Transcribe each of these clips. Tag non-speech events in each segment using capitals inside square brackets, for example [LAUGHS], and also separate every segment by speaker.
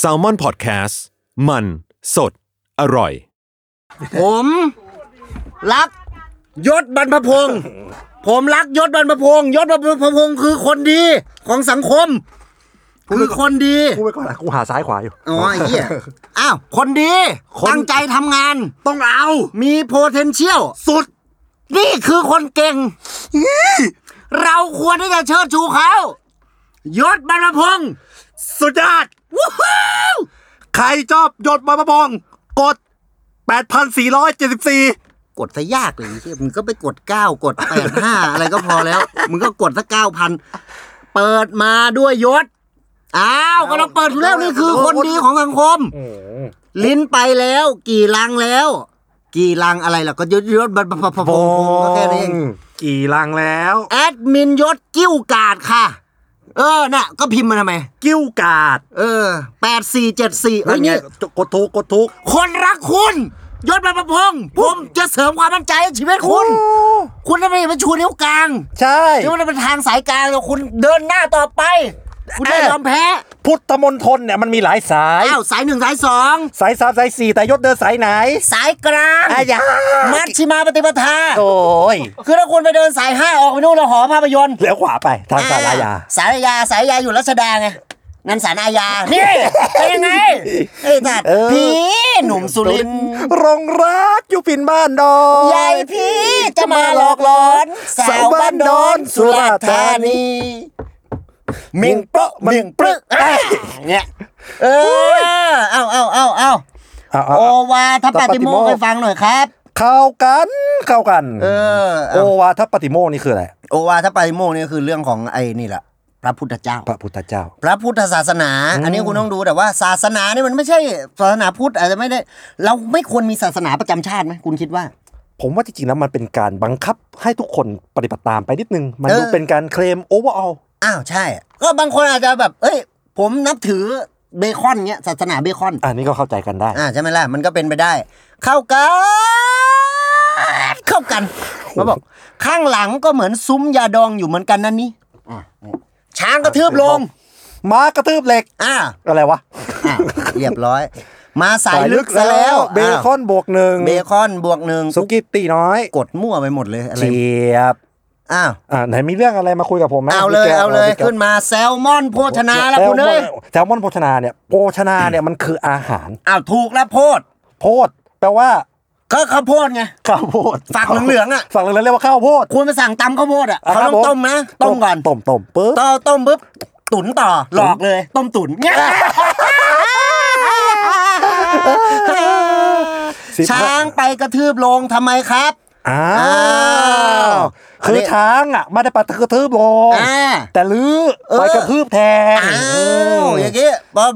Speaker 1: s a l ม o n PODCAST มันสดอร่อย
Speaker 2: ผม รักยศบรรพพงศ์ผมรักยศบรรพพงศ์ยศบรรพพงศ์คือคนดีของสังคม คือคนดี
Speaker 3: กูดไปก่อนนะกูหาซ้ายขวาอยู่
Speaker 2: อ๋อไอ้
Speaker 3: [LAUGHS]
Speaker 2: เหี้ย อ้าว คนดี
Speaker 3: คน
Speaker 2: ตั้งใจทำงาน
Speaker 3: ต้องเอา
Speaker 2: มี potential
Speaker 3: สุด
Speaker 2: นี่คือคนเก่ง เราควรที่จะเชิดชูเขา ยศบรรพพงศ์
Speaker 3: สุดยอด
Speaker 2: วู้ฮู้
Speaker 3: ใครชอบหยดมาประพงกด 8,474
Speaker 2: กดซะยากเลยไอ้เหี้ยมึงก็ไปกด 9 กด 8 5 อะไรก็พอแล้ว มึงก็กดสัก9,000 เปิดมาด้วยยศ อ้าวก็เราเปิดอยู่แล้วนี่คือคนดีของสังคม ลิ้นไปแล้วกี่ลังแล้ว กี่ลังอะไรล่ะก็ยศยศบรรพพงศ์ก็แค่นี้นเอง
Speaker 3: กี่ลังแล้ว
Speaker 2: แอดมินยศกิ้วกาดค่ะ เออ น่ะ ก็พิมพ์มาทำไม
Speaker 3: กิ้วกาด
Speaker 2: เออแปดสี่เจ็ดสี่เอ้ยนี่
Speaker 3: กดทุกกดทุก
Speaker 2: คนรักคุณ ยศบรรพพงศ์ผมจะเสริมความมั่นใจให้ชีวิตคุณ คุณทำไมเป็นชูนิ้วกลาง
Speaker 3: ใช่
Speaker 2: ที่มันเป็นทางสายกลางแล้วคุณเดินหน้าต่อไป คุณได้
Speaker 3: เอ๊ะ
Speaker 2: ยอมแพ้
Speaker 3: พุทธมนทนเนี่ยมันมีหลายสาย
Speaker 2: อ้าวสายหนึ่งสายสอง
Speaker 3: สายสามสายสี่แต่ยศเดินสายไหน
Speaker 2: สายกลาง
Speaker 3: อาญา
Speaker 2: มัชชิมาปฏิปทา
Speaker 3: โอ้ย
Speaker 2: คือถ้าคุณไปเดินสายห้าออกไปนู่นแล้วหอภาพยนตร์
Speaker 3: เลี้ยวขวาไปทางสารายา
Speaker 2: สารยาสารยาอยู่รัชดาไงงั้นสารอาญา นี่เป็นยังไงไอ้สัตว์
Speaker 3: เออ
Speaker 2: ผีหนุ่มสุรินทร์
Speaker 3: รงรักอยู่ปินบ้านดอย
Speaker 2: ยายผีจะมาหลอกหลอนสาวบ้านดอนสุราษฎร์ธานี
Speaker 3: เมียงเปาะเมียงปรึก
Speaker 2: อ่ะเนี่ยเออเอาเอาเอาเอา
Speaker 3: เอา
Speaker 2: โอ
Speaker 3: เอา
Speaker 2: วาทปปฏิโมกข์
Speaker 3: ปฏิโมกข์
Speaker 2: ให้ฟังหน่อยครับ
Speaker 3: เข้ากันเข้ากัน
Speaker 2: เออ
Speaker 3: โอ
Speaker 2: เอา
Speaker 3: วาทปฏิโมกข์นี่คืออะไร
Speaker 2: โอวาทปปฏิโมกข์นี่ก็คือเรื่องของไอ้นี่แหละพระพุทธเจ้า
Speaker 3: พระพุทธเจ้า
Speaker 2: พระพุทธศาสนา อันนี้คุณต้องดูแต่ว่าศาสนาเนี่ยมันไม่ใช่ศาสนาพุทธอาจจะไม่ได้ เราไม่ควรมีศาสนาประจำชาติไหมคุณคิดว่า
Speaker 3: ผมว่าจริงๆแล้วมันเป็นการบังคับให้ทุกคนปฏิบัติตามไปนิดนึง มัน
Speaker 2: เออ
Speaker 3: ดูเป็นการเคลมโอเวอร์อ l
Speaker 2: อ้าวใช่ ก็บางคนอาจจะแบบ เอ้ย ผมนับถือเบคอนเนี้ยศาสนาเบคอน
Speaker 3: อันนี้ก็เข้าใจกันได้
Speaker 2: อ่าใช่ไหมล่ะ มันก็เป็นไปได้ เข้ากัน เข้ากันมาบอก ข้างหลังก็เหมือนซุ้มยาดองอยู่เหมือนกันนั่นนี่อ่ะช้างกระทืบลง
Speaker 3: มากระทืบเหล็ก
Speaker 2: อ่า
Speaker 3: อะไรวะ
Speaker 2: อ่าเรียบร้อย มาสายลึกซะ
Speaker 3: สาย
Speaker 2: แล้ว
Speaker 3: เบคอนบวกหนึ่ง
Speaker 2: เบคอนบวกหนึ่ง
Speaker 3: สุกี้ตีน้อย
Speaker 2: กดมั่วไปหมดเลยอะไร
Speaker 3: เจียบ
Speaker 2: อ้าว
Speaker 3: อ่าไหนมีเรื่องอะไรมาคุยกับผมไหม
Speaker 2: เอาเลย
Speaker 3: พี่แก้ว
Speaker 2: เอาเลย
Speaker 3: พี่แก้ว
Speaker 2: ขึ้นมาแซลมอนโภชนาละคุณเอ้ย
Speaker 3: แซลมอนโภชนาเนี่ยโภชนาเนี่ยมันคืออาหาร
Speaker 2: อ้าวถูกละโพด
Speaker 3: โพดแปลว่า
Speaker 2: ก็ข้าวโพดไง
Speaker 3: ข้าวโพด
Speaker 2: ฝักเหลืองๆอะ
Speaker 3: ฝักเหลืองๆเรียกว่าข้าวโพด
Speaker 2: ควรไปสั่งตำข้าวโพดอ่ะ
Speaker 3: อ่ะ
Speaker 2: เขา
Speaker 3: ครั
Speaker 2: ต้
Speaker 3: บ
Speaker 2: อง
Speaker 3: ผ
Speaker 2: ต้มนะต้มก่อน
Speaker 3: ต้มต้มปึ๊บ
Speaker 2: ต้มต้มปุ๊บตุ๋นต่อหลอกเลย ต้มตุ๋นเนี่ย
Speaker 3: สิบห้
Speaker 2: ช้างไปกระทืบลงทำไมครับ
Speaker 3: อ้า
Speaker 2: อ้าว
Speaker 3: ว คือน
Speaker 2: นี้
Speaker 3: อช้างอ่ะไม่ได้ไปกระทืบลง
Speaker 2: อ่า
Speaker 3: แต่ลื้อ
Speaker 2: เออ
Speaker 3: ไปกระทืบแทน
Speaker 2: อ้าวอย่างงี้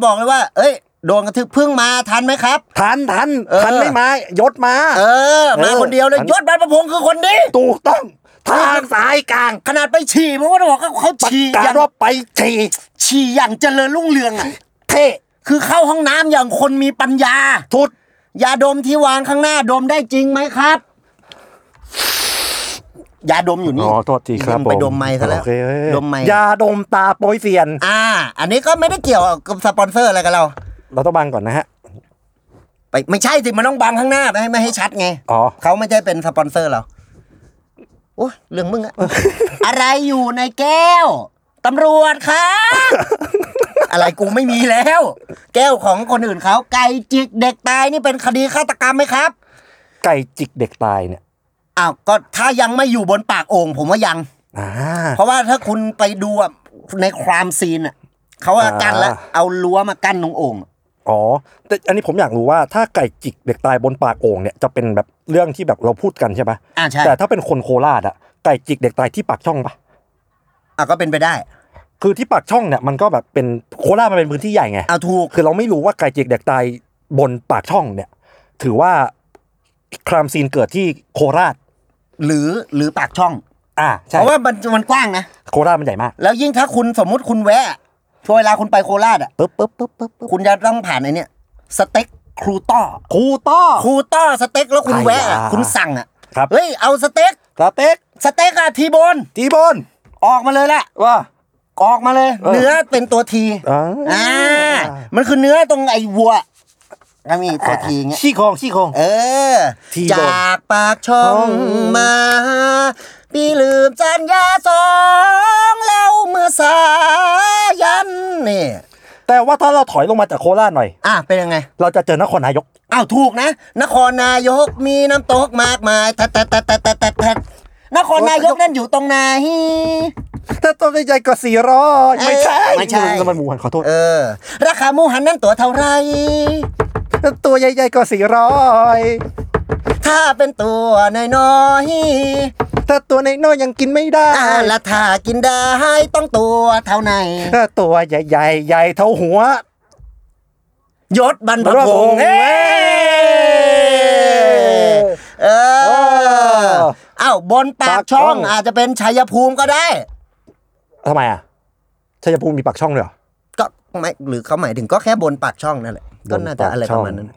Speaker 2: บอกเลยว่า เอ้ยโดนกระทืบเพิ่งมาทันไหมครับ
Speaker 3: ทันทัน
Speaker 2: เออ
Speaker 3: ทันไม่มายศมา
Speaker 2: เออ มา
Speaker 3: เออ
Speaker 2: คนเดียวเลย
Speaker 3: อัน
Speaker 2: ยศบรรพพงศ์คือคนนี้
Speaker 3: ถูกต้องทางสายกลาง
Speaker 2: ขนาดไปฉี่ผมก็ต้องบอกว่าเขา
Speaker 3: ประ
Speaker 2: ฉี่อก
Speaker 3: า
Speaker 2: ย่า
Speaker 3: รง ว่าไปฉี่
Speaker 2: ฉี่อย่างเจริญรุ่งเรืองอ่ะ
Speaker 3: เท่
Speaker 2: คือเข้าห้องน้ำอย่างคนมีปัญญา
Speaker 3: ทุด
Speaker 2: ยาดมที่วางข้างหน้าดมได้จริงไหมครับยาดมอยู่นี่ไปดมไม้ซะแล้ว
Speaker 3: โอเคเอ้ย
Speaker 2: ดมไม้
Speaker 3: ยาดมตาโปยเซียน
Speaker 2: อ่า อันนี้ก็ไม่ได้เกี่ยวกับสปอนเซอร์อะไรกับเรา
Speaker 3: เราต้องบังก่อนนะฮะ
Speaker 2: ไปไม่ใช่สิมันต้องบังข้างหน้าไม่ให้ไม่ให้ชัดไง
Speaker 3: อ๋อ
Speaker 2: เขาไม่ได้เป็นสปอนเซอร์เราโอ้เรื่องมึง
Speaker 3: [LAUGHS]
Speaker 2: อะ อะไรอยู่ในแก้วตำรวจคะ [LAUGHS] อะไรกูไม่มีแล้ว แก้วของคนอื่นเขาไก่จิกเด็กตายนี่เป็นคดีฆาตกรรมไหมครับ
Speaker 3: ไก่จิกเด็กตายเนี่ย
Speaker 2: อ้าวก็ถ้ายังไม่อยู่บนปากโอ่งผมว่ายัง
Speaker 3: อ่า
Speaker 2: เพราะว่าถ้าคุณไปดูอะในความซีนอะเขาอะกั้นแล้ว
Speaker 3: อ่า
Speaker 2: เอารั้วมากั้นตรงโอ่งอะ
Speaker 3: อ๋อแต่อันนี้ผมอยากรู้ว่าถ้าไก่จิกเด็กตายบนปากโอ่งเนี่ยจะเป็นแบบเรื่องที่แบบเราพูดกันใช่ปะ
Speaker 2: อ่าใช่
Speaker 3: แต่ถ้าเป็นคนโคราชอะไก่จิกเด็กตายที่ปากช่องปะ
Speaker 2: อ่ะก็เป็นไปได้
Speaker 3: คือที่ปากช่องเนี่ยมันก็แบบเป็นโคราชมันเป็นพื้นที่ใหญ่ไง
Speaker 2: เอาถูก
Speaker 3: คือเราไม่รู้ว่าไก่จิกเด็กตายบนปากช่องเนี่ย ถือว่าครามซีนเกิดที่โคราช
Speaker 2: หรือหรือปากช่อง
Speaker 3: อ่า
Speaker 2: เพ
Speaker 3: ใช่
Speaker 2: ราะว่ามันมันกว้างนะ
Speaker 3: โคราชมันใหญ่มาก
Speaker 2: แล้วยิ่งถ้าคุณสมมุติคุณแวะ ช่วงเวลาคุณไปโคราชอ่ะ
Speaker 3: ปึ๊บปึ๊บปึ๊บปึ๊บปึ๊บ
Speaker 2: คุณจะต้องผ่านไอ้เนี่ยสเต็กครูต้อ
Speaker 3: ครูต้อ
Speaker 2: ครูต้อสเต็กแล้วคุณแวะอะ
Speaker 3: อ่า
Speaker 2: คุณสั่งอ่ะ
Speaker 3: ครับ
Speaker 2: เฮ้ยเอาสเต็ก
Speaker 3: สเต็ก
Speaker 2: สเต็กอะทีโบน
Speaker 3: จีบน
Speaker 2: ออกมาเลยแหละ
Speaker 3: ว่า
Speaker 2: ออกมาเลย
Speaker 3: เออ
Speaker 2: เนื้อเป็นตัวที
Speaker 3: อ่า
Speaker 2: อ่า มันคือเนื้อตรงไอ้วัวก็มีตัวทีเงี้ย
Speaker 3: ขี้โครงขี้โครง
Speaker 2: เออ
Speaker 3: ที่โดน
Speaker 2: จากปากช่อ
Speaker 3: ช่อง ง
Speaker 2: มาพี่ลืมจันยาสองเราเมื่อสายันนี่
Speaker 3: แต่ว่าถ้าเราถอยลงมาจากโคราชหน่อย
Speaker 2: อ่ะเป็นยังไง
Speaker 3: เราจะเจอนครนายก
Speaker 2: อ้าวถูกนะ นครนายกมีน้ำตกมากมายแต่แต่แต่แต่แต่แต่แต่นครนายกนั่นอยู่ตรงไหน
Speaker 3: ถ้าต้นใหญ่กว่าสี่ร้อยไม่ใช่
Speaker 2: เอ้ยไม่ใช่
Speaker 3: น้ำมันหมูหันขอโทษ
Speaker 2: เออ ราคาหมูหันนั่นตัวเท่าไหร
Speaker 3: ตัวใหญ่ๆกว่าสี่ร้อย
Speaker 2: ถ้าเป็นตัวน้อย
Speaker 3: ถ้าตัวในน้อยๆยังกินไม่ได้
Speaker 2: ๆอ่าละถ้ากินได้ต้องตัวเท่าไหน
Speaker 3: ถ้าตัวใหญ่ๆใหญ่เท่าหัวย
Speaker 2: ศบรรพพงษ์
Speaker 3: เอ้
Speaker 2: เอ้
Speaker 3: ย
Speaker 2: ยเอ
Speaker 3: โอ้
Speaker 2: อเอ้าวบนปากช่อง
Speaker 3: ปากช่อง
Speaker 2: อาจจะเป็นชัยภูมิก็ได้
Speaker 3: ทำไมอ่ะชัยภูมิมีปากช่องเลยเหรอ
Speaker 2: ก็ไม่หรือเขาหมายถึงก็แค่บนปากช่องนั่นแหละก็น่าจะอะไรประมาณนั้น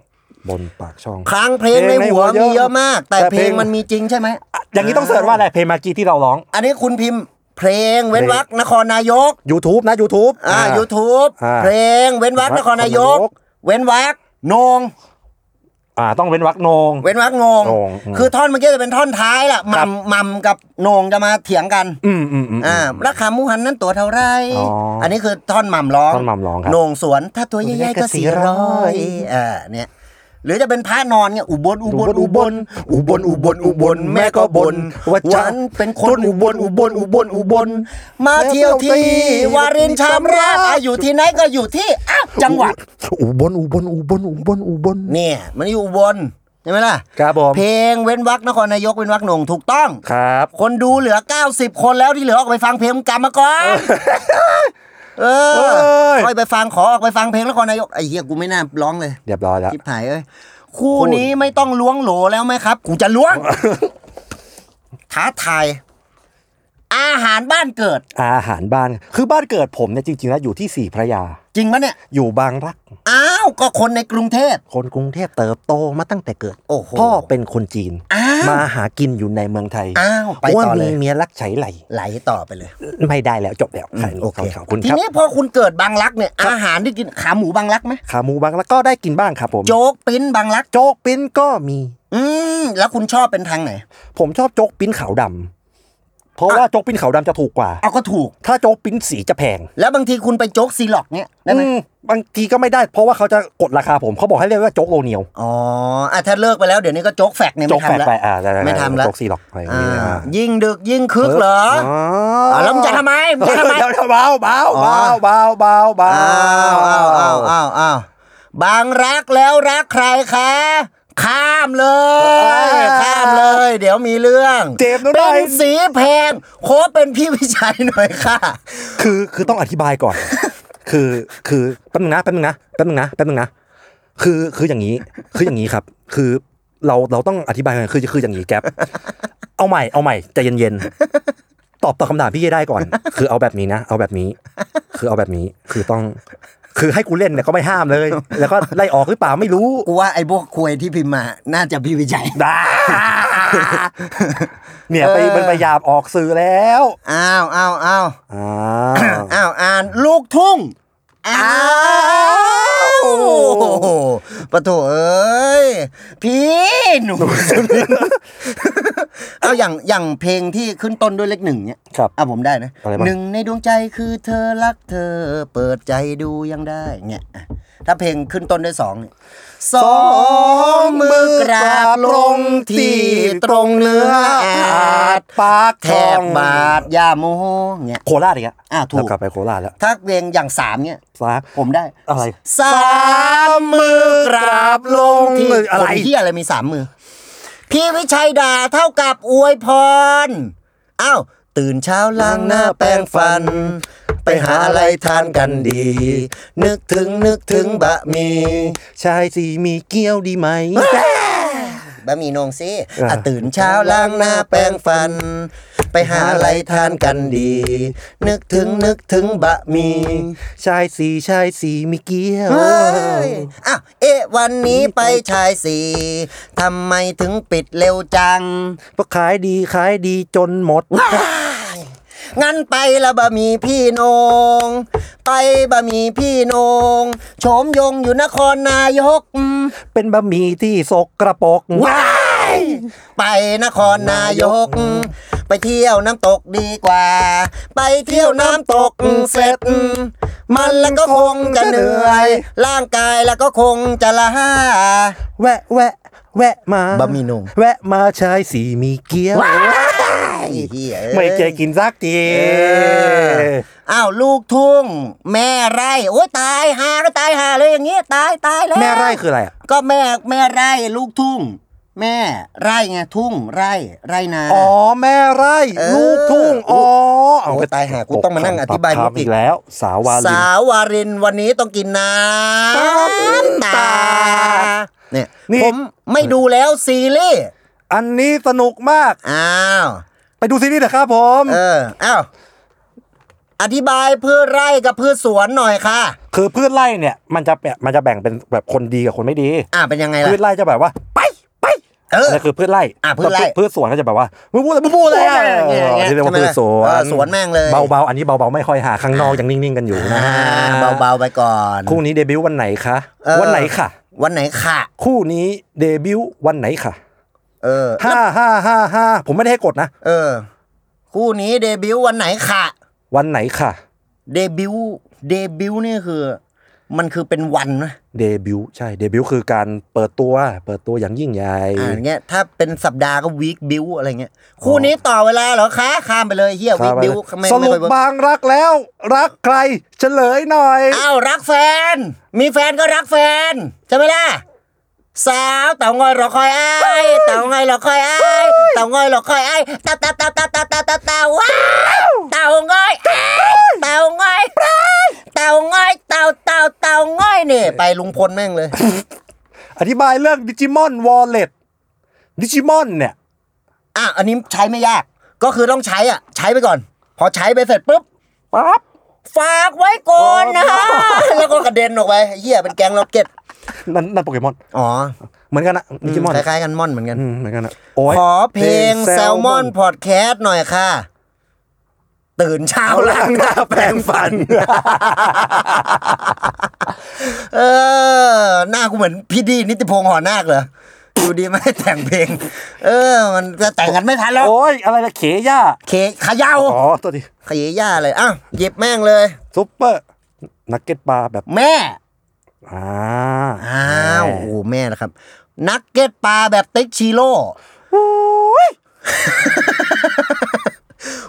Speaker 3: บนปากช่อง
Speaker 2: ครั้งเพลงในหัวมีเยอะมาก แต่เพลงมันมีจริงใช่ไหม
Speaker 3: อ่ะอย่างนี้ต้องเสิร์ชว่าอะไรเพลงเมื่อกี้ที่เราร้อง
Speaker 2: อันนี้คุณพิมพ์ เพลงเว้นวรรคนครนายก
Speaker 3: YouTube นะ YouTube
Speaker 2: อ่า YouTube
Speaker 3: อ่า
Speaker 2: เพลงเว้นวรรคนครนายก
Speaker 3: นครนายก
Speaker 2: เว้นวรรคนง
Speaker 3: อ่าต้องเว้นวรรคโหนง
Speaker 2: เว้นวรรคนง
Speaker 3: โหน่งอืม
Speaker 2: คือท่อนเมื่อกี้จะเป็นท่อนท้ายล่ะ
Speaker 3: ค
Speaker 2: มั
Speaker 3: รับ
Speaker 2: มมัมกับนงจะมาเถียงกัน
Speaker 3: อืมอืมอืม
Speaker 2: อ่าราคาหมูหันนั้นตัวเท่าไหร
Speaker 3: อ๋ออั
Speaker 2: นนี้คือท่อนหม่ำร้อง
Speaker 3: ท่อนหม่ำร้องครับ
Speaker 2: โหนงสวนถ้าตัวใหญ่ๆก็
Speaker 3: ตัว
Speaker 2: สี่
Speaker 3: ใหญ่ๆก็
Speaker 2: ร้อย
Speaker 3: 400
Speaker 2: อ่าเนี่ยหรือจะเป็นพระนอนเนี่ยอุบลอุบล
Speaker 3: อุ
Speaker 2: อุบบ ล
Speaker 3: ล
Speaker 2: อุบลอุบลอุบลแม่ก็บนว่า
Speaker 3: ว่า
Speaker 2: ฉั
Speaker 3: ฉั
Speaker 2: น
Speaker 3: น
Speaker 2: เป็นคนอุบลอุบลอุบลอุบลมาเที่ยวที่วารินชามราช
Speaker 3: ชามราช
Speaker 2: อ่ะอยู่ที่ไหนก็อยู่ที่อ้าวจังหวัด
Speaker 3: อุบลอุบลอุบลอุบลอุบล
Speaker 2: เนี่ยมันอยู่อุบลใช่ไหมล่ะ
Speaker 3: ครับผม
Speaker 2: เพลงเว้นวักนครนายกเว้นวักหนงถูกต้อง
Speaker 3: ครับ
Speaker 2: คนดูเหลือ 90 คนแล้วที่เหลือออกไปฟังเพลงกรรมมาก่อนเอ
Speaker 3: เอ้
Speaker 2: อย ค่อยไปฟังขอออกไปฟังเพลงแล้วก่อนนายกไอ้เหี้ยกูไม่น่าร้องเลย
Speaker 3: เรียบร้อยแล้ว
Speaker 2: ทิพไายเอ้ยคู่นี้ไม่ต้องล้วงโหลแล้วไหมครับ กูจะ
Speaker 3: [LAUGHS]
Speaker 2: ล้วงท้าทาย อาหารบ้านเกิด
Speaker 3: อาหารบ้านคือบ้านเกิดผมเนี่ยจริงๆแล้วอยู่ที่สี่พระยา
Speaker 2: จริงปะเนี่ย
Speaker 3: อยู่บางรัก
Speaker 2: อ้าวก็คนในกรุงเทพ
Speaker 3: คนกรุงเทพเติบโตมาตั้งแต่เกิด
Speaker 2: โอ้โห
Speaker 3: พ่อเป็นคนจีน
Speaker 2: อ้าว
Speaker 3: มาหากินอยู่ในเมืองไทย
Speaker 2: อ้าวไป
Speaker 3: ว่า
Speaker 2: ต่อเลย
Speaker 3: มีเมียรักไฉไหล
Speaker 2: ไหลต่อไปเลย
Speaker 3: ไม่ได้แล้วจบแล้ว
Speaker 2: โอเค
Speaker 3: ขอบคุณ
Speaker 2: ที
Speaker 3: ครับ
Speaker 2: นี้พอคุณเกิดบางรักเนี่ย อาหารที่กินขาหมูบางรักไหม
Speaker 3: ขาหมูบางรักก็ได้กินบ้างครับผม
Speaker 2: โจ๊กปิ้นบางรัก
Speaker 3: โจ๊กปิ้นก็มี
Speaker 2: อืมแล้วคุณชอบเป็นทางไหน
Speaker 3: ผมชอบโจ๊กปิ้นขาวดำเพราะว่าโจ๊กปิ้นขาวดำจะถูกกว่า
Speaker 2: เอาก็ถูก
Speaker 3: ถ้าโจ๊กปิ้นสีจะแพง
Speaker 2: แล้วบางทีคุณไปโจ๊กซีล็อกเนี่ยได้ไหม
Speaker 3: อืมบางทีก็ไม่ได้ เพราะว่าเขาจะกดราคาผมเขาบอกให้เรียกว่าโจ๊กโลเนียว
Speaker 2: อ๋ออ่ะถ้าเลิกไปแล้วเดี๋ยวนี้ก็โจ๊กแฟกเนี่ย
Speaker 3: โจ๊
Speaker 2: ไม่
Speaker 3: กแป
Speaker 2: ทำแล้ว
Speaker 3: ดไปอ่าด้ด้
Speaker 2: ไม่ทำแล้ว
Speaker 3: โจ๊กสี่หรอกอะไรอย่าง
Speaker 2: อ่า
Speaker 3: เงี้ยอ่า
Speaker 2: ยิ่งดึกยิ่งคึกเหรออ่ะแล้วมึงจะทำไมมึงจะทำไม
Speaker 3: เบาเบา
Speaker 2: อ๋อ
Speaker 3: เบาเบาเบาเบา
Speaker 2: อ้าวอ้าวอ้าวอ้าวอ้าวบางรักแล้วรักใครคะข้ามเลย ข้ามเลย เดี๋ยวมีเรื่อง
Speaker 3: เจ็บแล้ว
Speaker 2: เป็
Speaker 3: ได้
Speaker 2: นสีแพงโคบเป็นพี่วิชัยหน่อยค่ะ
Speaker 3: คือคือต้องอธิบายก่อน [LAUGHS] คือคือแป๊บนึงนะแป๊บนึงนะแป๊บนึงนะแป๊บนึงนะคือคืออย่างนี้ คืออย่างนี้ครับ คือเราเราต้องอธิบายกันคือคืออย่างนี้แก๊ปเอาใหม่เอาใหม่ใจเย็นๆตอบตอบคำถามพี่ให้ได้ก่อน คือเอาแบบนี้นะ เอาแบบนี้ คือเอาแบบนี้คือต้อง คือให้กูเล่นเนี่ยก็ไม่ห้ามเลย แล้วก็ไล่ออกหรือเปล่าไม่รู้
Speaker 2: กูว่าไอ้พวกควยที่พิมพ์มาน่าจะพี่วิชัย
Speaker 3: [LAUGHS] เนี่ยไป
Speaker 2: เออ
Speaker 3: มันไปหยาบออกสื่อแล้ว
Speaker 2: อ้าวอ้าวอ้าว
Speaker 3: อ่ [COUGHS] า
Speaker 2: อ้าวอ่านลูกทุ่งอ้าวปะโถเอ้ย พี่หนูสุรินทร์เอาอย่างอย่างเพลงที่ขึ้นต้นด้วยเลขหนึ่งเนี่ย
Speaker 3: ครับ
Speaker 2: อ่ะผมได้นะ
Speaker 3: อะไรบ้าง
Speaker 2: หนึ่งในดวงใจคือเธอรักเธอ เปิดใจดูยังได้เนี่ยอ่ะถ้าเพลงขึ้นต้นด้วยสองเนี่ยสองมือกราบลงที่ตรงเนื้ออาจ
Speaker 3: ปาก
Speaker 2: แทบบาดยาโมเนี่ย
Speaker 3: โคราชอีกแล้ว
Speaker 2: อ่ะถูก
Speaker 3: เรากลับไปโคราชแล้ว
Speaker 2: ถ้าเพลงอย่างสามเนี่ย
Speaker 3: ซาก
Speaker 2: ผมได้
Speaker 3: อะไร
Speaker 2: สามมือกราบลง
Speaker 3: เอออะไร
Speaker 2: คนที่อะไรมีสามมือ พี่วิชัยด่าเท่ากับอวยพรอ้าวตื่นเช้าล้างหน้าแปรงฟัน ไปหาอะไรทานกันดี นึกถึงนึกถึงบะหมี่
Speaker 3: ชายสีมีเกี้ยวดีไหม
Speaker 2: บะหมี่นงสิ
Speaker 3: อ่ะ
Speaker 2: อ่ะตื่นเช้าล้างหน้าแปรงฟัน ไปหาอะไรทานกันดี นึกถึงนึกถึงบะหมี่
Speaker 3: ชายสีชายสีมีเกี้ยว
Speaker 2: เฮ้ยอ้าวเอ๊ะวันนี้ไปชายสี่ทำไมถึงปิดเร็วจัง
Speaker 3: ก็ขายดีขายดีจนหมด
Speaker 2: งั้นไปละบะหมีพี่นองไปบะหมีพี่นองโฉมยงอยู่นครนายก
Speaker 3: เป็นบะหมี่ที่สกระปรก
Speaker 2: ว้ายไปนครนายก ไปเที่ยวน้ำตกดีกว่า ไปเที่ยวน้ำตกเสร็จ มันแล้วก็คงจะเหนื่อย ร่างกายแล้วก็คงจะละห้า
Speaker 3: แวะแวะแวะมา
Speaker 2: บะหมี่หนุ่ม
Speaker 3: แวะมาชายสีมีเกี๊ยว ไม่เคยกินสักที
Speaker 2: เอออ้าวลูกทุ่ง แม่ไร่โอ้ยตายหาก็ตายหาเลยอย่างเงี้ยตายตายแล้ว
Speaker 3: แม่ไร่คืออะไรอ่ะ
Speaker 2: ก็แม่แม่ไร่ลูกทุ่ง แม่ไร่ไงทุ่งไร่ไร่นา
Speaker 3: อ๋อแม่ไร่
Speaker 2: เออ
Speaker 3: ลูกทุ่งอ๋อ
Speaker 2: โอ้ยตายหากูต้องมานั่งอธิบาย
Speaker 3: ค
Speaker 2: มุ
Speaker 3: รั
Speaker 2: กอี
Speaker 3: อี
Speaker 2: ก
Speaker 3: กแล้ว สาววาลิน
Speaker 2: สาววารินวันนี้ต้องกินน้ำตาเนี่ย
Speaker 3: นี่
Speaker 2: ผมไม่ดูแล้วซีรีส์
Speaker 3: อันนี้สนุกมาก
Speaker 2: อ้าว
Speaker 3: ไปดูซีรีส์เถอะครับผม
Speaker 2: เอออ้าวอธิบายพืชไร่กับพืชสวนหน่อยค่ะ
Speaker 3: คือพืชไร่เนี่ย มันจะแบบมันจะแบ่งเป็นแบบคนดีกับคนไม่ดี
Speaker 2: อ่าเป็นยังไงล่ะ
Speaker 3: พืชไร่จะแบบว่า ไปไป
Speaker 2: เออ
Speaker 3: อันนี้คือพืชไร่
Speaker 2: อ่ะพืชไร่
Speaker 3: แต่พืชสวนก็จะแบบว่ามึงพูดอะไรมึงพูดอะไรอ่ะ
Speaker 2: เงี้ย
Speaker 3: เออ
Speaker 2: เงี้ย
Speaker 3: ที่เรียกว่า
Speaker 2: ใช่
Speaker 3: พื
Speaker 2: ไหล่ะ
Speaker 3: ชสว
Speaker 2: เออน สวนแม่งเลย
Speaker 3: เบาๆอันนี้เบาๆไม่ค่อยหาข้างนอกยังนิ่งๆกันอยู่นะ
Speaker 2: อ่าเบาๆไปก่อน
Speaker 3: คู่นี้เดบิวต์วันไหนคะ
Speaker 2: เออ
Speaker 3: วันไหนค่ะ
Speaker 2: วันไหนค่ะ
Speaker 3: คู่นี้เดบิวต์วันไหนค่ะ
Speaker 2: เออ
Speaker 3: ห้าห้าห้าห้าผมไม่ได้ให้กดนะ
Speaker 2: เออ คู่นี้เดบิวต์วันไหนค่ะ
Speaker 3: วันไหนค่ะ
Speaker 2: เดบิวต์เดบิวต์นี่คือ มันคือเป็นวันนะ
Speaker 3: เดบิวต์ใช่เดบิวต์คือการเปิดตัว เปิดตัวอย่างยิ่งใหญ่
Speaker 2: อ่าอย่างเงี้ยถ้าเป็นสัปดาห์ก็วีคบิวอะไรเงี้ยคู่นี้ต่อเวลาเหรอคะข้ามไปเลยเฮียวีคบิวไม่
Speaker 3: ส
Speaker 2: ไม่
Speaker 3: รุ
Speaker 2: เคย
Speaker 3: ป
Speaker 2: เวิร์ก
Speaker 3: บางรักแล้ว รักใครเฉลยหน่อย
Speaker 2: อ้าวรักแฟน มีแฟนก็รักแฟนใช่ไหมล่ะสาวเต่างอยรอคอยไอ้ายเต่างอยรอคอยไอ้ายเต่างอยรอคอยไอ้ายเต่าเต่าเต่าเต่าเต่าเต่าเต่าเต่าว้าวเต่างอยไอ้ายเต่างอยเต่างอยเต่าเต่าเต่างอยเนี่ยไปลุงพลแม่งเลย
Speaker 3: อธิบายเรื่องดิจิมอนวอลเล็ตดิจิมอนเนี่ย
Speaker 2: อ่ะ อันนี้ใช้ไม่ยาก ก็คือต้องใช้อ่ะ ใช้ไปก่อน พอใช้ไปเสร็จปุ๊บ
Speaker 3: ปั๊บ
Speaker 2: ฝากไว้ก่อนนะ
Speaker 3: อ๋
Speaker 2: แล้วก็กระเด็นออกไปเหี้ยเป็นแกงล็อกเก็ต
Speaker 3: นั่นนั่นโปเกมอน
Speaker 2: อ๋อ
Speaker 3: เหมือนกันนะดิจิมอน
Speaker 2: คล้ายๆกันม่อนเหมือนกัน
Speaker 3: อืมเหมือนกันนะโอ้ย
Speaker 2: ขอเพลงแซลมอนพอดแคสต์หน่อยค่ะ ตื่นเช้า [LAUGHS]
Speaker 3: เอา
Speaker 2: ละ
Speaker 3: ล้างหน้าแปรงฟัน
Speaker 2: เออ หน้ากูเหมือนพี่ดีนิติพงษ์หอนาคเหรออยู่ดีไม่แต่งเพลง เออ มันจะแต่งกันไม่ทันแล้ว
Speaker 3: [LAUGHS] โอ้ยอะไรนะเขย่า
Speaker 2: เคขยาว
Speaker 3: อ๋อตัวดิ
Speaker 2: ขยย่าเลยอ้าวหยิบแม่งเลย
Speaker 3: ซุปเปอร์นักเก็ตปลาแบบ
Speaker 2: แม่
Speaker 3: อ่า
Speaker 2: อ้าวโอ้โหแม่นะครับ นักเก็ตปลาแบบติ๊กชิโร่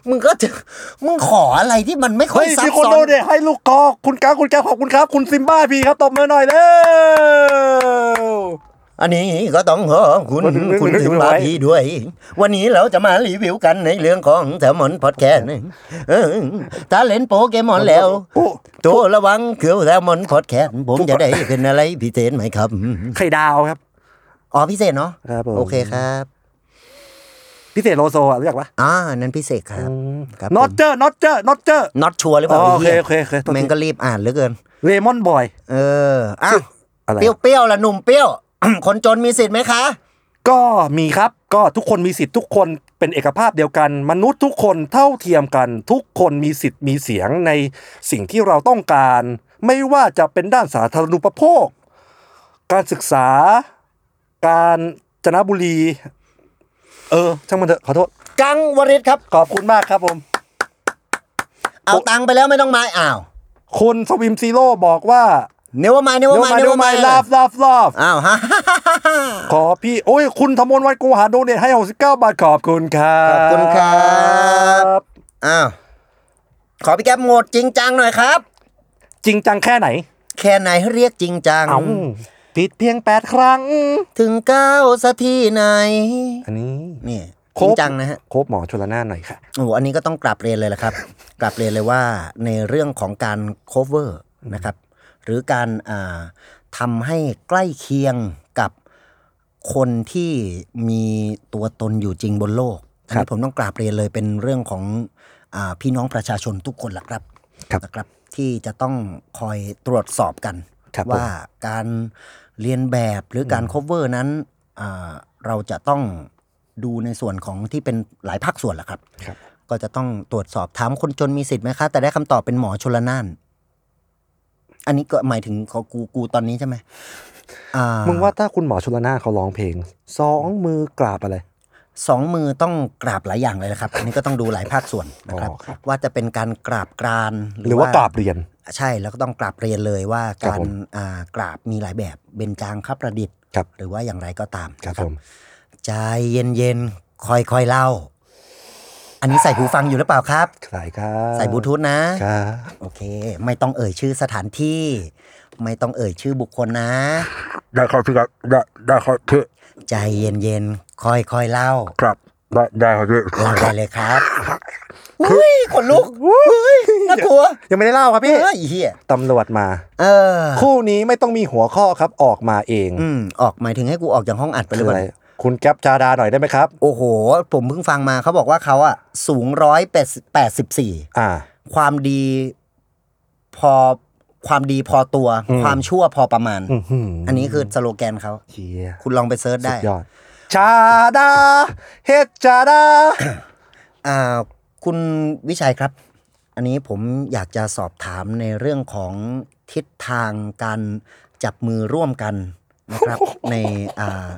Speaker 2: มึงก็จะมึงขออะไรที่มันไม่ค่อ
Speaker 3: เฮ้
Speaker 2: ย
Speaker 3: ย
Speaker 2: ซับ
Speaker 3: มีคน
Speaker 2: ซ้อ
Speaker 3: โด
Speaker 2: น
Speaker 3: เนทให้ลูกกอกคุณก้าวคุณแก้วขอบคุณครับ คุณซิมบ้าพีครับตบมือหน่อยเร็ว
Speaker 2: อันนี้ก็ต้องขอคุณ
Speaker 3: คนหนึ่ง
Speaker 2: คุณ
Speaker 3: หนึ่ง
Speaker 2: ถึง
Speaker 3: หนึ่ง
Speaker 2: บา
Speaker 3: ไว้
Speaker 2: พีด้วย วันนี้เราจะมารีวิวกันในเรื่องของแซลมอนพอดแคสต์เออถ้าเล่นโปเกมอนแล้ว
Speaker 3: โอ้
Speaker 2: ตัวระวังเขียวแซลมอนพอดแคสต์ผมจะได้เป็นอะไรพิเศษไหมครับ
Speaker 3: ไข่ดาวครับ
Speaker 2: อ๋อพิเศษเนาะ
Speaker 3: ครับผม
Speaker 2: โอเคครับ
Speaker 3: พิเศษโลโซอ่ะรู้จักปะ
Speaker 2: อ่านั่นพิเศษครับ ครับผม
Speaker 3: นอตเจอร์นอตเจอร์นอตเจอร์
Speaker 2: น็อตชัวร์หรือเปล่า
Speaker 3: อ๋อ
Speaker 2: ไหี้ย
Speaker 3: โอเคโอเคโอเค
Speaker 2: แม่งก็รีบอ่านเหลือเกิน
Speaker 3: เลมอนบอย
Speaker 2: เอออ้าว
Speaker 3: อะไร
Speaker 2: เปรี้ยวเปรี้ยวๆล่ะหนุ่มเป [CLEARS THROAT] รี้ยว คนจนมีสิทธิ์ไหมคะ
Speaker 3: ก็มีครับก็ทุกคนมีสิทธิ์ทุกคนเป็นเอกภาพเดียวกัน มนุษย์ทุกคนเท่าเทียมกัน ทุกคนมีสิทธิ์มีเสียงในสิ่งที่เราต้องการ ไม่ว่าจะเป็นด้านสาธารณูปโภค การศึกษา การจนบุรี เออ ช่างมันเถอะขอโทษ
Speaker 2: กังวริศครับ
Speaker 3: ขอบคุณมากครับผม
Speaker 2: เอาตังค์ไปแล้วไม่ต้องมาอ้าว
Speaker 3: คุณสวิมซีโร่บอกว่า
Speaker 2: เนวมาเนว
Speaker 3: เดี๋ยว
Speaker 2: มาเน
Speaker 3: มาเดี๋ยว ว
Speaker 2: มา
Speaker 3: มาลาฟลาฟลาฟ
Speaker 2: อ้าวฮะ
Speaker 3: ขอพี่ โอ้ย คุณธมนวันโกูหาโดเนทให้ 69 บาท ขอบคุณครับ
Speaker 2: ขอบคุณครับ อ้าวขอพี่แก๊ปโหมดจริงจังหน่อยครับ
Speaker 3: จริงจังแค่ไหน
Speaker 2: แค่ไหนเรียกจริงจัง
Speaker 3: เอาผิดเพียง 8 ครั้ง
Speaker 2: ถึงเก้าสักทีไหน
Speaker 3: อันนี้
Speaker 2: นี่จริงจังนะฮะ
Speaker 3: โคบหมอชลนานหน่อยค่ะ
Speaker 2: โอ้โหอันนี้ก็ต้องกราบเรียนเลยละครับ [LAUGHS] กราบเรียนเลยว่าในเรื่องของการ cover นะครับ หรือการอ่าทำให้ใกล้เคียงกับคนที่มีตัวตนอยู่จริงบนโลกอันนี้ผมต้องกราบเรียนเลยเป็นเรื่องของอาพี่น้องประชาชนทุกคนละครับ
Speaker 3: ครับ
Speaker 2: นะครับ ที่จะต้องคอยตรวจสอบกัน
Speaker 3: ครับผม
Speaker 2: ว่าการเรียนแบบหรือการ cover นั้นอ่าเราจะต้องดูในส่วนของที่เป็นหลายภาคส่วนแหละครับ
Speaker 3: ครับ
Speaker 2: ก็จะต้องตรวจสอบถามคนจนมีสิทธิ์ไหมคะ แต่ได้คำตอบเป็นหมอชลนาน อันนี้ก็หมายถึงของกูกูตอนนี้ใช่ไหมอ่
Speaker 3: มึงว่าถ้าคุณหมอชลนานเขาร้องเพลงสองมือกราบอะไร
Speaker 2: สองมือต้องกราบหลายอย่างเลยนะครับ อันนี้ก็ต้องดูหลายภาคส่วนนะครับ
Speaker 3: อ๋อครับ
Speaker 2: ว่าจะเป็นการกราบกราน
Speaker 3: หรือว่ากราบเรียน
Speaker 2: ใช่แล้วก็ต้องกราบเรียนเลยว่า
Speaker 3: ครับ
Speaker 2: การ
Speaker 3: ผม
Speaker 2: อ่ากราบมีหลายแบบเบญจางคประดิษฐ์
Speaker 3: ครับ
Speaker 2: หรือว่าอย่างไรก็ตาม
Speaker 3: ครับ
Speaker 2: นะ
Speaker 3: ผม
Speaker 2: ใจเย็นๆคอยๆเล่า อันนี้ใส่หูฟังอยู่หรือเปล่าครับ
Speaker 3: สายครับ
Speaker 2: ใส่บลูทูธนะ
Speaker 3: ครับ
Speaker 2: โอเค ไม่ต้องเอ่ยชื่อสถานที่ ไม่ต้องเอ่ยชื่อบุคคลนะ
Speaker 3: ได้ครับพี่ครับได้ได้ครับพี่
Speaker 2: ใจเย็นๆค่อยๆเล่า
Speaker 3: ครับได้ได้ครับพี่
Speaker 2: เล่าได้เลยครับอุ้ยขนลุกอุ้ยน่ากลัว
Speaker 3: ยังไม่ได้เล่าครับพี่
Speaker 2: เฮ้ยไอ้เฮีย
Speaker 3: ตำรวจมา
Speaker 2: เออ
Speaker 3: คู่นี้ไม่ต้องมีหัวข้อครับออกมาเอง
Speaker 2: อืมออกหมายถึงให้กูออกจากห้องอัดไปเล
Speaker 3: คื
Speaker 2: ย
Speaker 3: อ
Speaker 2: วะ
Speaker 3: อะไรคุณแก๊ปชาดาหน่อยได้ไหมครับ
Speaker 2: โอ้โห ผมเพิ่งฟังมาเขาบอกว่าเขาอะสูงร้อยแปดสิบสี่
Speaker 3: อ่า
Speaker 2: ความดีพอความดีพอตัว
Speaker 3: อืม
Speaker 2: ความชั่วพอประมาณ
Speaker 3: อื้อหือ
Speaker 2: อันนี้คือสโลแกนเขา
Speaker 3: เชีย
Speaker 2: คุณลองไปเซิร์ช
Speaker 3: สุ
Speaker 2: ได้
Speaker 3: ดยอด ชาดา เฮดชาดา
Speaker 2: อ่าคุณวิชัยครับ อันนี้ผมอยากจะสอบถามในเรื่องของทิศทางการจับมือร่วมกันนะครับ
Speaker 3: [LAUGHS]
Speaker 2: ในอ่า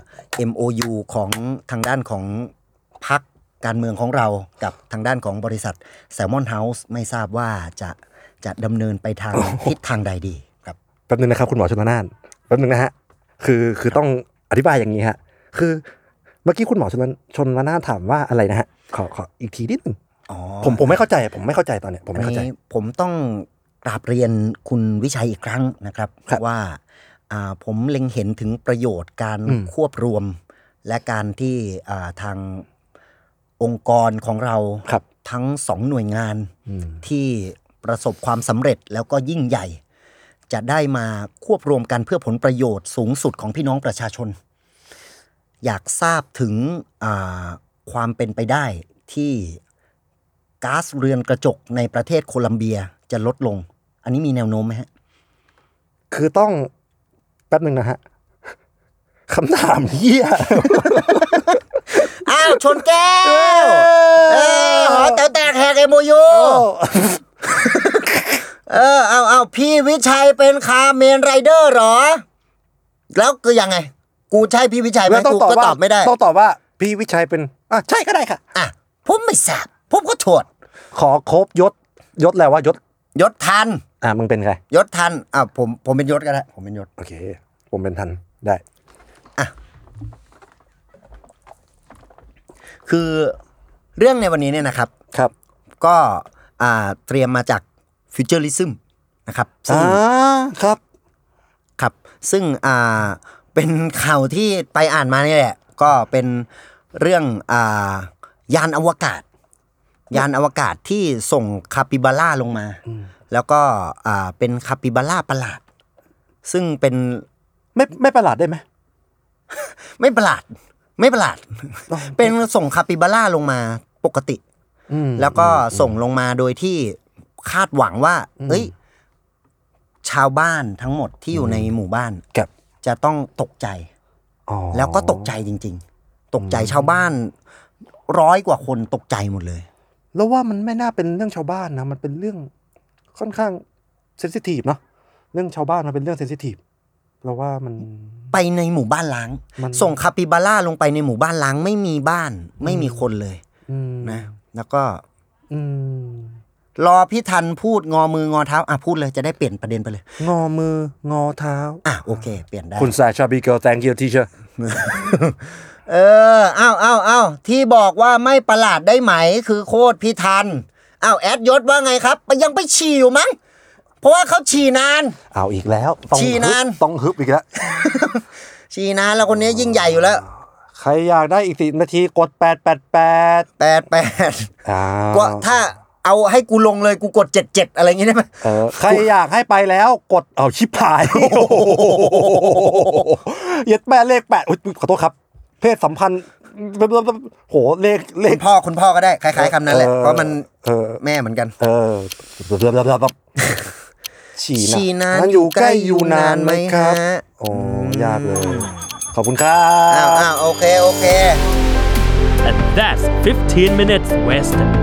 Speaker 2: MOU ของทางด้านของพักการเมืองของเรากับทางด้านของบริษัท แซลมอนเฮาส์ไม่ทราบว่าจะจะดำเนินไปทาง ทิศทางใดดีครับ
Speaker 3: แป๊บนึงนะครับคุณหมอชนละนานแป๊บนึงนะฮะคือคือต้องอธิบายอย่างนี้ฮะคือเมื่อกี้คุณหมอชนละชนละนานถามว่าอะไรนะฮะขอขออีกทีนิดนึง
Speaker 2: อ๋อ
Speaker 3: ผมผมไม่เข้าใจผมไม่เข้าใจตอนเนี้ยผม
Speaker 2: อัน
Speaker 3: ไม่เข้าใจ
Speaker 2: นี้ผมต้องกราบเรียนคุณวิชัยอีกครั้งนะครับ
Speaker 3: ครับ
Speaker 2: ว่าอ่าผมเล็งเห็นถึงประโยชน์การ
Speaker 3: อืม
Speaker 2: ควบรวม และการที่อ่าทางองค์กรของเรา
Speaker 3: ครับ
Speaker 2: ทั้งสองหน่วยงาน
Speaker 3: อืม
Speaker 2: ที่ประสบความสำเร็จแล้วก็ยิ่งใหญ่ จะได้มาควบรวมกันเพื่อผลประโยชน์สูงสุดของพี่น้องประชาชน อยากทราบถึงอ่าความเป็นไปได้ที่ก๊าซเรือนกระจกในประเทศโคลัมเบียจะลดลง อันนี้มีแนวโน้มไหมฮะ
Speaker 3: คือต้องแป๊บนึงนะฮะคำถามเฮีย
Speaker 2: อ้าว ชนแก้วเออหอแต๋วแตกแหกเอโมยู
Speaker 3: โอ้
Speaker 2: เออเอาเอาพี่วิชัยเป็นคาเมนไรเดอร์เหรอ แล้วคือยังไง กูใช่พี่วิชัยไหม
Speaker 3: แล้วต้อง
Speaker 2: กู
Speaker 3: ตอบ
Speaker 2: ก็
Speaker 3: ว่า
Speaker 2: ตอบไม่ได้
Speaker 3: ต้องตอบว่า พี่วิชัยเป็นอ่ะใช่ก็ได้ค่ะ
Speaker 2: อ่ะผมไม่ทราบผมก็ถวด
Speaker 3: ขอครบยศยศแล้วว่ายศ
Speaker 2: ยศทัน
Speaker 3: อ่ะมึงเป็นใคร
Speaker 2: ยศทันอ่ะผมผมเป็นยศก็ได้ผมเป็นยศ
Speaker 3: โอเค ผมเป็นทันได้
Speaker 2: คือเรื่องในวันนี้เนี่ยนะครับ
Speaker 3: ครับ
Speaker 2: ก็อ่าเตรียมมาจากฟิวเจอริซึมนะครับซึ่ง
Speaker 3: อ่าครับ
Speaker 2: ครับซึ่งอ่าเป็นข่าวที่ไปอ่านมานี่แหละ ก็เป็นเรื่องอ่ายานอวกาศ ยานอวกาศที่ส่งคาปิบาร่าลงมา แล้วก็อ่าเป็นคาปิบาร่าประหลาด ซึ่งเป็น
Speaker 3: ไม่ไม่ประหลาดได้ไหม
Speaker 2: ไม่ประหลาดไม่ประห
Speaker 3: [LAUGHS]
Speaker 2: ลาด เป็นส่งคาปิบาร่าลงมาปกติ แล้วก็ส่งลงมาโดยที่คาดหวังว่า
Speaker 3: อืม
Speaker 2: เอ้ย ชาวบ้านทั้งหมดที่อยู่ในหมู่บ้าน
Speaker 3: ครับ
Speaker 2: จะต้องตกใจ
Speaker 3: อ๋อ
Speaker 2: แล้วก็ตกใจจริง ๆ ตกใจชาวบ้านร้อยกว่าคนตกใจหมดเลย
Speaker 3: แล้วว่ามันไม่น่าเป็นเรื่องชาวบ้านนะ มันเป็นเรื่องค่อนข้างเซนซิทีฟเนาะเรื่องชาวบ้านมันเป็นเรื่องเซนซิทีฟเราว่ามัน
Speaker 2: ไปในหมู่บ้านล้าง
Speaker 3: มัน
Speaker 2: ส่งคาปิบาร่าลงไปในหมู่บ้านล้างไม่มีบ้าน ไม่มีคนเลย
Speaker 3: อืม
Speaker 2: นะ แล้วก็
Speaker 3: อืม
Speaker 2: รอพี่ทันพูดงอมืองอเท้าอ่ะพูดเลยจะได้เปลี่ยนประเด็นไปเลย
Speaker 3: งอมือ งอเท้า
Speaker 2: อ่ะโอเค เปลี่ยนได้
Speaker 3: คุณสายชาบีเกิล thank you teacher
Speaker 2: เอออ้าวอ้าวอ้าวที่บอกว่าไม่ประหลาดได้ไหม คือโคตรพี่ทันอ้าวแอดยศว่าไงครับไปยังไปฉี่อยู่มั้งเพราะว่าเขาฉี่นาน
Speaker 3: เอาอีกแล้วต้อง
Speaker 2: ชี้นาน
Speaker 3: ฮึบต้องฮึบอีกแล้ว
Speaker 2: ฉี่นานแล้วคนนี้ยิ่งใหญ่อยู่แล้ว
Speaker 3: ใครอยากได้อีกสินาทีกด 888
Speaker 2: แปดแปด
Speaker 3: อ่า
Speaker 2: ก็ถ้าเอาให้กูลงเลยกูกดเจ็ดเจ็ดอะไรอย่างงี้ได้ไหม
Speaker 3: เออใครอยากให้ไปแล้วกดเอาชิบหายเย็ดแม่เลขแปดอุ๊ยขอโทษครับ เพศสัมพันธ์โหเลขเล
Speaker 2: คุ
Speaker 3: ข
Speaker 2: ณพ่อคุณพ่อก็ได้คล้ายๆคำนั้นแหละ
Speaker 3: เออ
Speaker 2: เพราะมัน
Speaker 3: เออ
Speaker 2: แม่เหมือนกัน
Speaker 3: เออฉี
Speaker 2: ฉี่
Speaker 3: ่
Speaker 2: นาน
Speaker 3: มัอยู่ใกล้อยู่นานไหมครับ
Speaker 2: ฮะ
Speaker 3: โอ้ยากเลย ขอบคุณครั
Speaker 2: อ้าว
Speaker 3: บ
Speaker 2: อ้าวโอเคโอเค
Speaker 4: And that's 15 minutes west.